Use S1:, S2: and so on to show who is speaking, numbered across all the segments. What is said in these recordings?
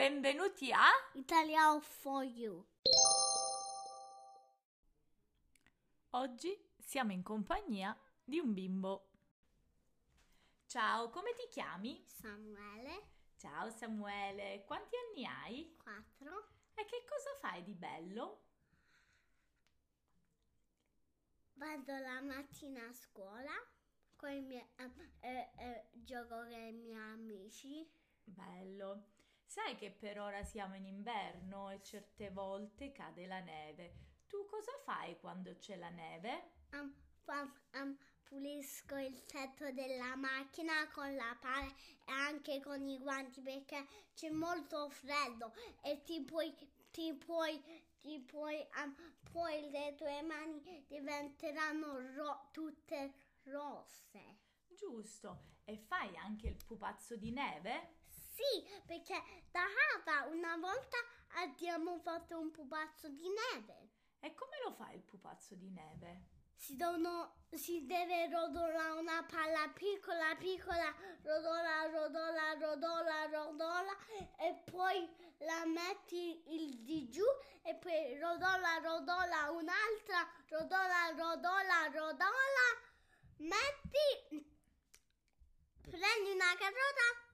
S1: davanti a
S2: Italiano for you.
S1: Oggi siamo in compagnia di un bimbo. Ciao, come ti chiami?
S2: Samuele
S1: Ciao Samuele, quanti anni hai?
S2: 4.
S1: E che cosa fai di bello?
S2: Vado la mattina a scuola con i miei, eh, eh, eh, gioco con i miei amici.
S1: Bello. Sai che per ora siamo in inverno e certe volte cade la neve. Tu cosa fai quando c'è la neve?
S2: Am- am- am- pulisco il tetto della macchina con la pala e anche con i guanti perché c'è molto freddo e ti puoi, ti puoi, ti puoi, am- poi le tue mani diventeranno ro- tutte rosse.
S1: Giusto. E fai anche il pupazzo di neve?
S2: Sì, perché da Hava una volta abbiamo fatto un pupazzo di neve.
S1: E come lo fai il pupazzo di neve?
S2: Si, dono- si deve rotolare una palla piccola, piccola, rotola, rotola, rotola, rotola e poi la metti il di giù e poi rotola, rotola, un'altra, rotola, rotola, rotola, metti, prendi una carota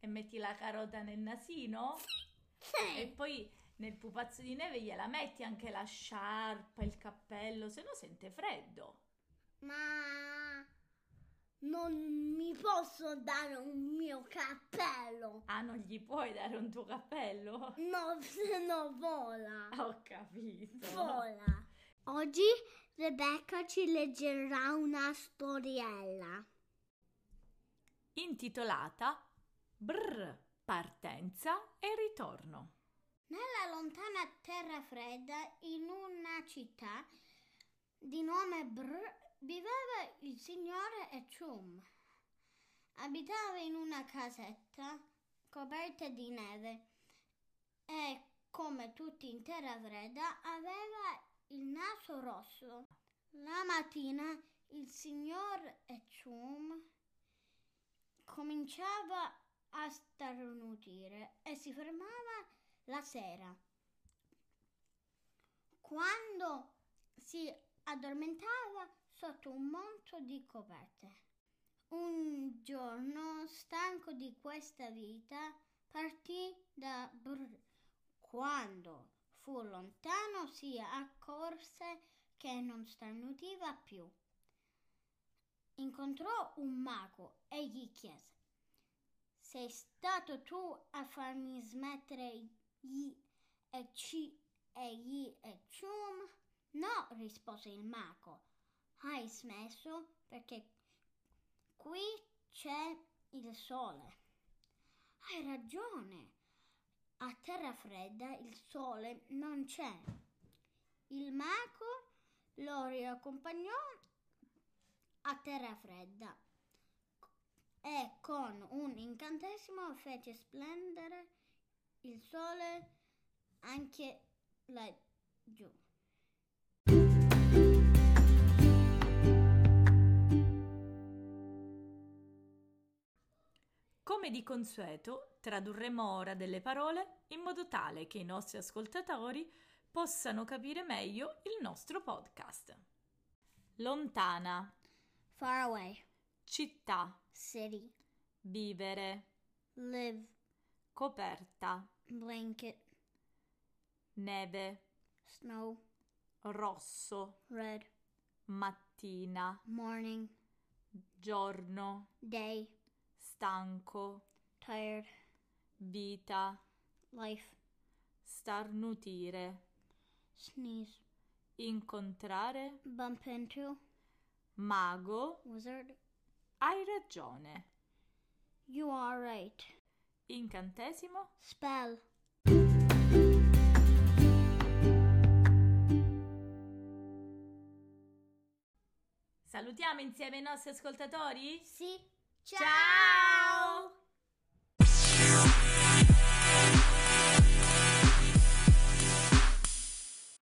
S1: E metti la carota nel nasino?
S2: Eh.
S1: E poi nel pupazzo di neve gliela metti anche la sciarpa, il cappello, se no sente freddo.
S2: Ma non mi posso dare un mio cappello.
S1: Ah, non gli puoi dare un tuo cappello?
S2: No, se no vola.
S1: Ho capito.
S2: Vola. Oggi Rebecca ci leggerà una storiella.
S1: Intitolata Brr, partenza e ritorno.
S2: Nella lontana terra fredda, in una città di nome Brr, viveva il signore Echum. Abitava in una casetta coperta di neve e, come tutti in terra fredda, aveva il naso rosso. La mattina il signor Echum cominciava a starnutire e si fermava la sera. Quando si addormentava sotto un monte di coperte. Un giorno, stanco di questa vita, partì da Brr. Quando fu lontano si accorse che non starnutiva più. Incontrò un mago e gli chiese sei stato tu a farmi smettere gli e ci e gli e cium? No, rispose il mago. Hai smesso perché qui c'è il sole. Hai ragione. A terra fredda il sole non c'è. Il mago lo riaccompagnò e a terra fredda e con un incantesimo fece splendere il sole anche laggiù.
S1: Come di consueto, tradurremo ora delle parole in modo tale che i nostri ascoltatori possano capire meglio il nostro podcast. Lontana,
S2: Far away,
S1: città,
S2: city,
S1: vivere,
S2: live,
S1: coperta,
S2: blanket,
S1: neve,
S2: snow,
S1: rosso,
S2: red,
S1: mattina,
S2: morning,
S1: giorno,
S2: day,
S1: stanco,
S2: tired,
S1: vita,
S2: life,
S1: starnutire,
S2: sneeze,
S1: incontrare,
S2: bump into,
S1: mago,
S2: wizard.
S1: hai ragione,
S2: You are right.
S1: incantesimo,
S2: Spell.
S1: Salutiamo insieme i nostri ascoltatori?
S2: Sì.
S1: Ciao!